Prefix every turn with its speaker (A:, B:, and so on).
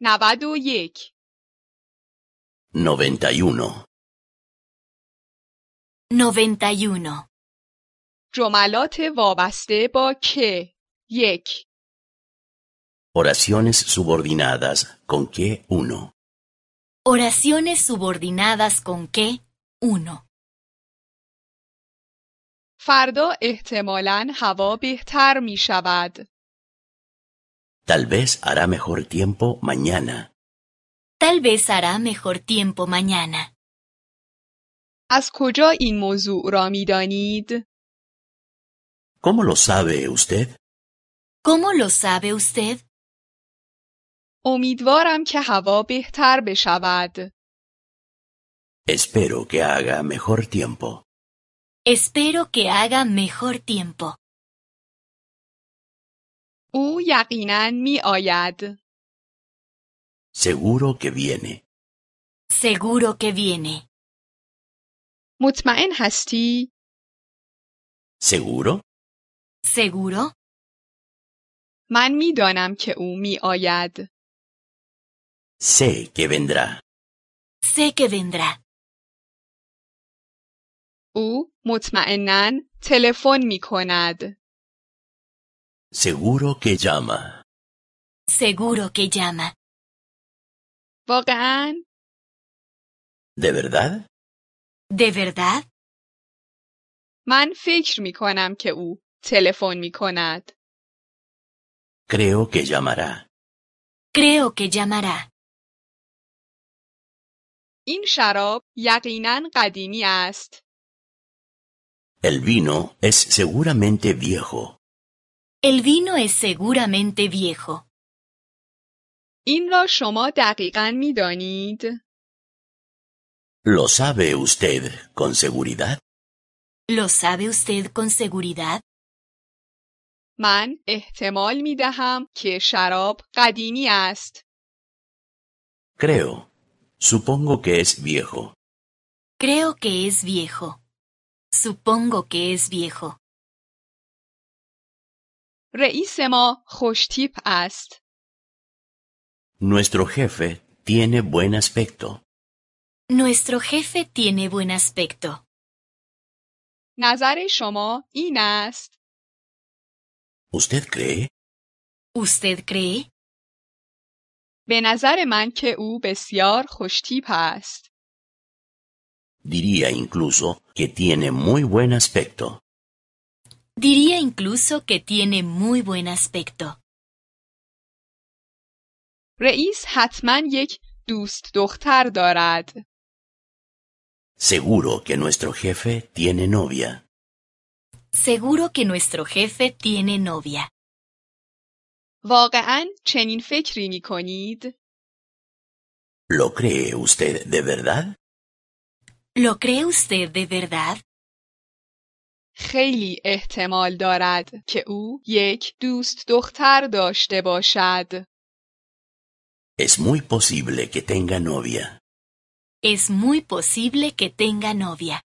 A: نود و یک
B: 91.
C: 91.
A: جملات وابسته با که یک
B: Oraciones subordinadas con que 1.
C: Oraciones subordinadas con que 1.
A: فردا احتمالاً هوا بهتر می شود.
B: Tal vez hará mejor tiempo mañana.
C: Tal vez hará mejor tiempo mañana.
A: از کجا این موضوع را می دانید؟
B: ¿Cómo lo sabe usted?
C: ¿Cómo lo sabe usted?
A: امیدوارم که هوا بهتر بشود.
B: Espero que haga mejor tiempo.
C: Espero que haga mejor tiempo.
A: او یقیناً می آید.
B: Seguro que viene.
C: Seguro que viene.
A: مطمئن هستی؟
B: ¿Seguro?
C: ¿Seguro?
A: من می دانم که او می آید.
B: Sé que vendrá.
C: Sé que vendrá.
A: او مطمئنا تلفن می کند.
B: Seguro que llama.
C: Seguro que llama.
A: واقعا
B: ¿De verdad?
C: ¿De verdad?
A: من فکر می کنم که او تلفن می کند.
B: Creo que llamará.
C: Creo que llamará.
A: این شراب یقینا قدیمی است.
B: El vino es seguramente viejo.
C: El vino es seguramente viejo.
A: این را شما دقیقا می دانید.
B: ¿Lo sabe usted con seguridad?
C: ¿Lo sabe usted con seguridad?
A: من احتمال می دهم که شراب قدیمی است.
B: Creo. Supongo que es viejo.
C: Creo que es viejo. Supongo que es viejo.
A: رئیس ما خوشتیپ است.
B: Nuestro jefe tiene buen aspecto.
C: Nuestro jefe tiene buen aspecto.
A: نظر شما این است.
B: ¿Usted cree?
C: ¿Usted cree?
A: به نظر من که او بسیار خوشتیپ است.
B: Diría incluso que tiene muy buen aspecto.
C: Diría incluso que tiene muy buen aspecto.
A: رئیس حتما یک دوست دختر دارد.
B: Seguro que nuestro jefe tiene novia.
C: Seguro que nuestro jefe tiene novia.
A: واقعا چنین فکری می کنید؟
B: ¿Lo cree usted de verdad?
C: ¿Lo cree usted de verdad?
A: خیلی احتمال دارد که او یک دوست دختر داشته باشد.
B: Es muy posible que tenga novia.
C: Es muy posible que tenga novia.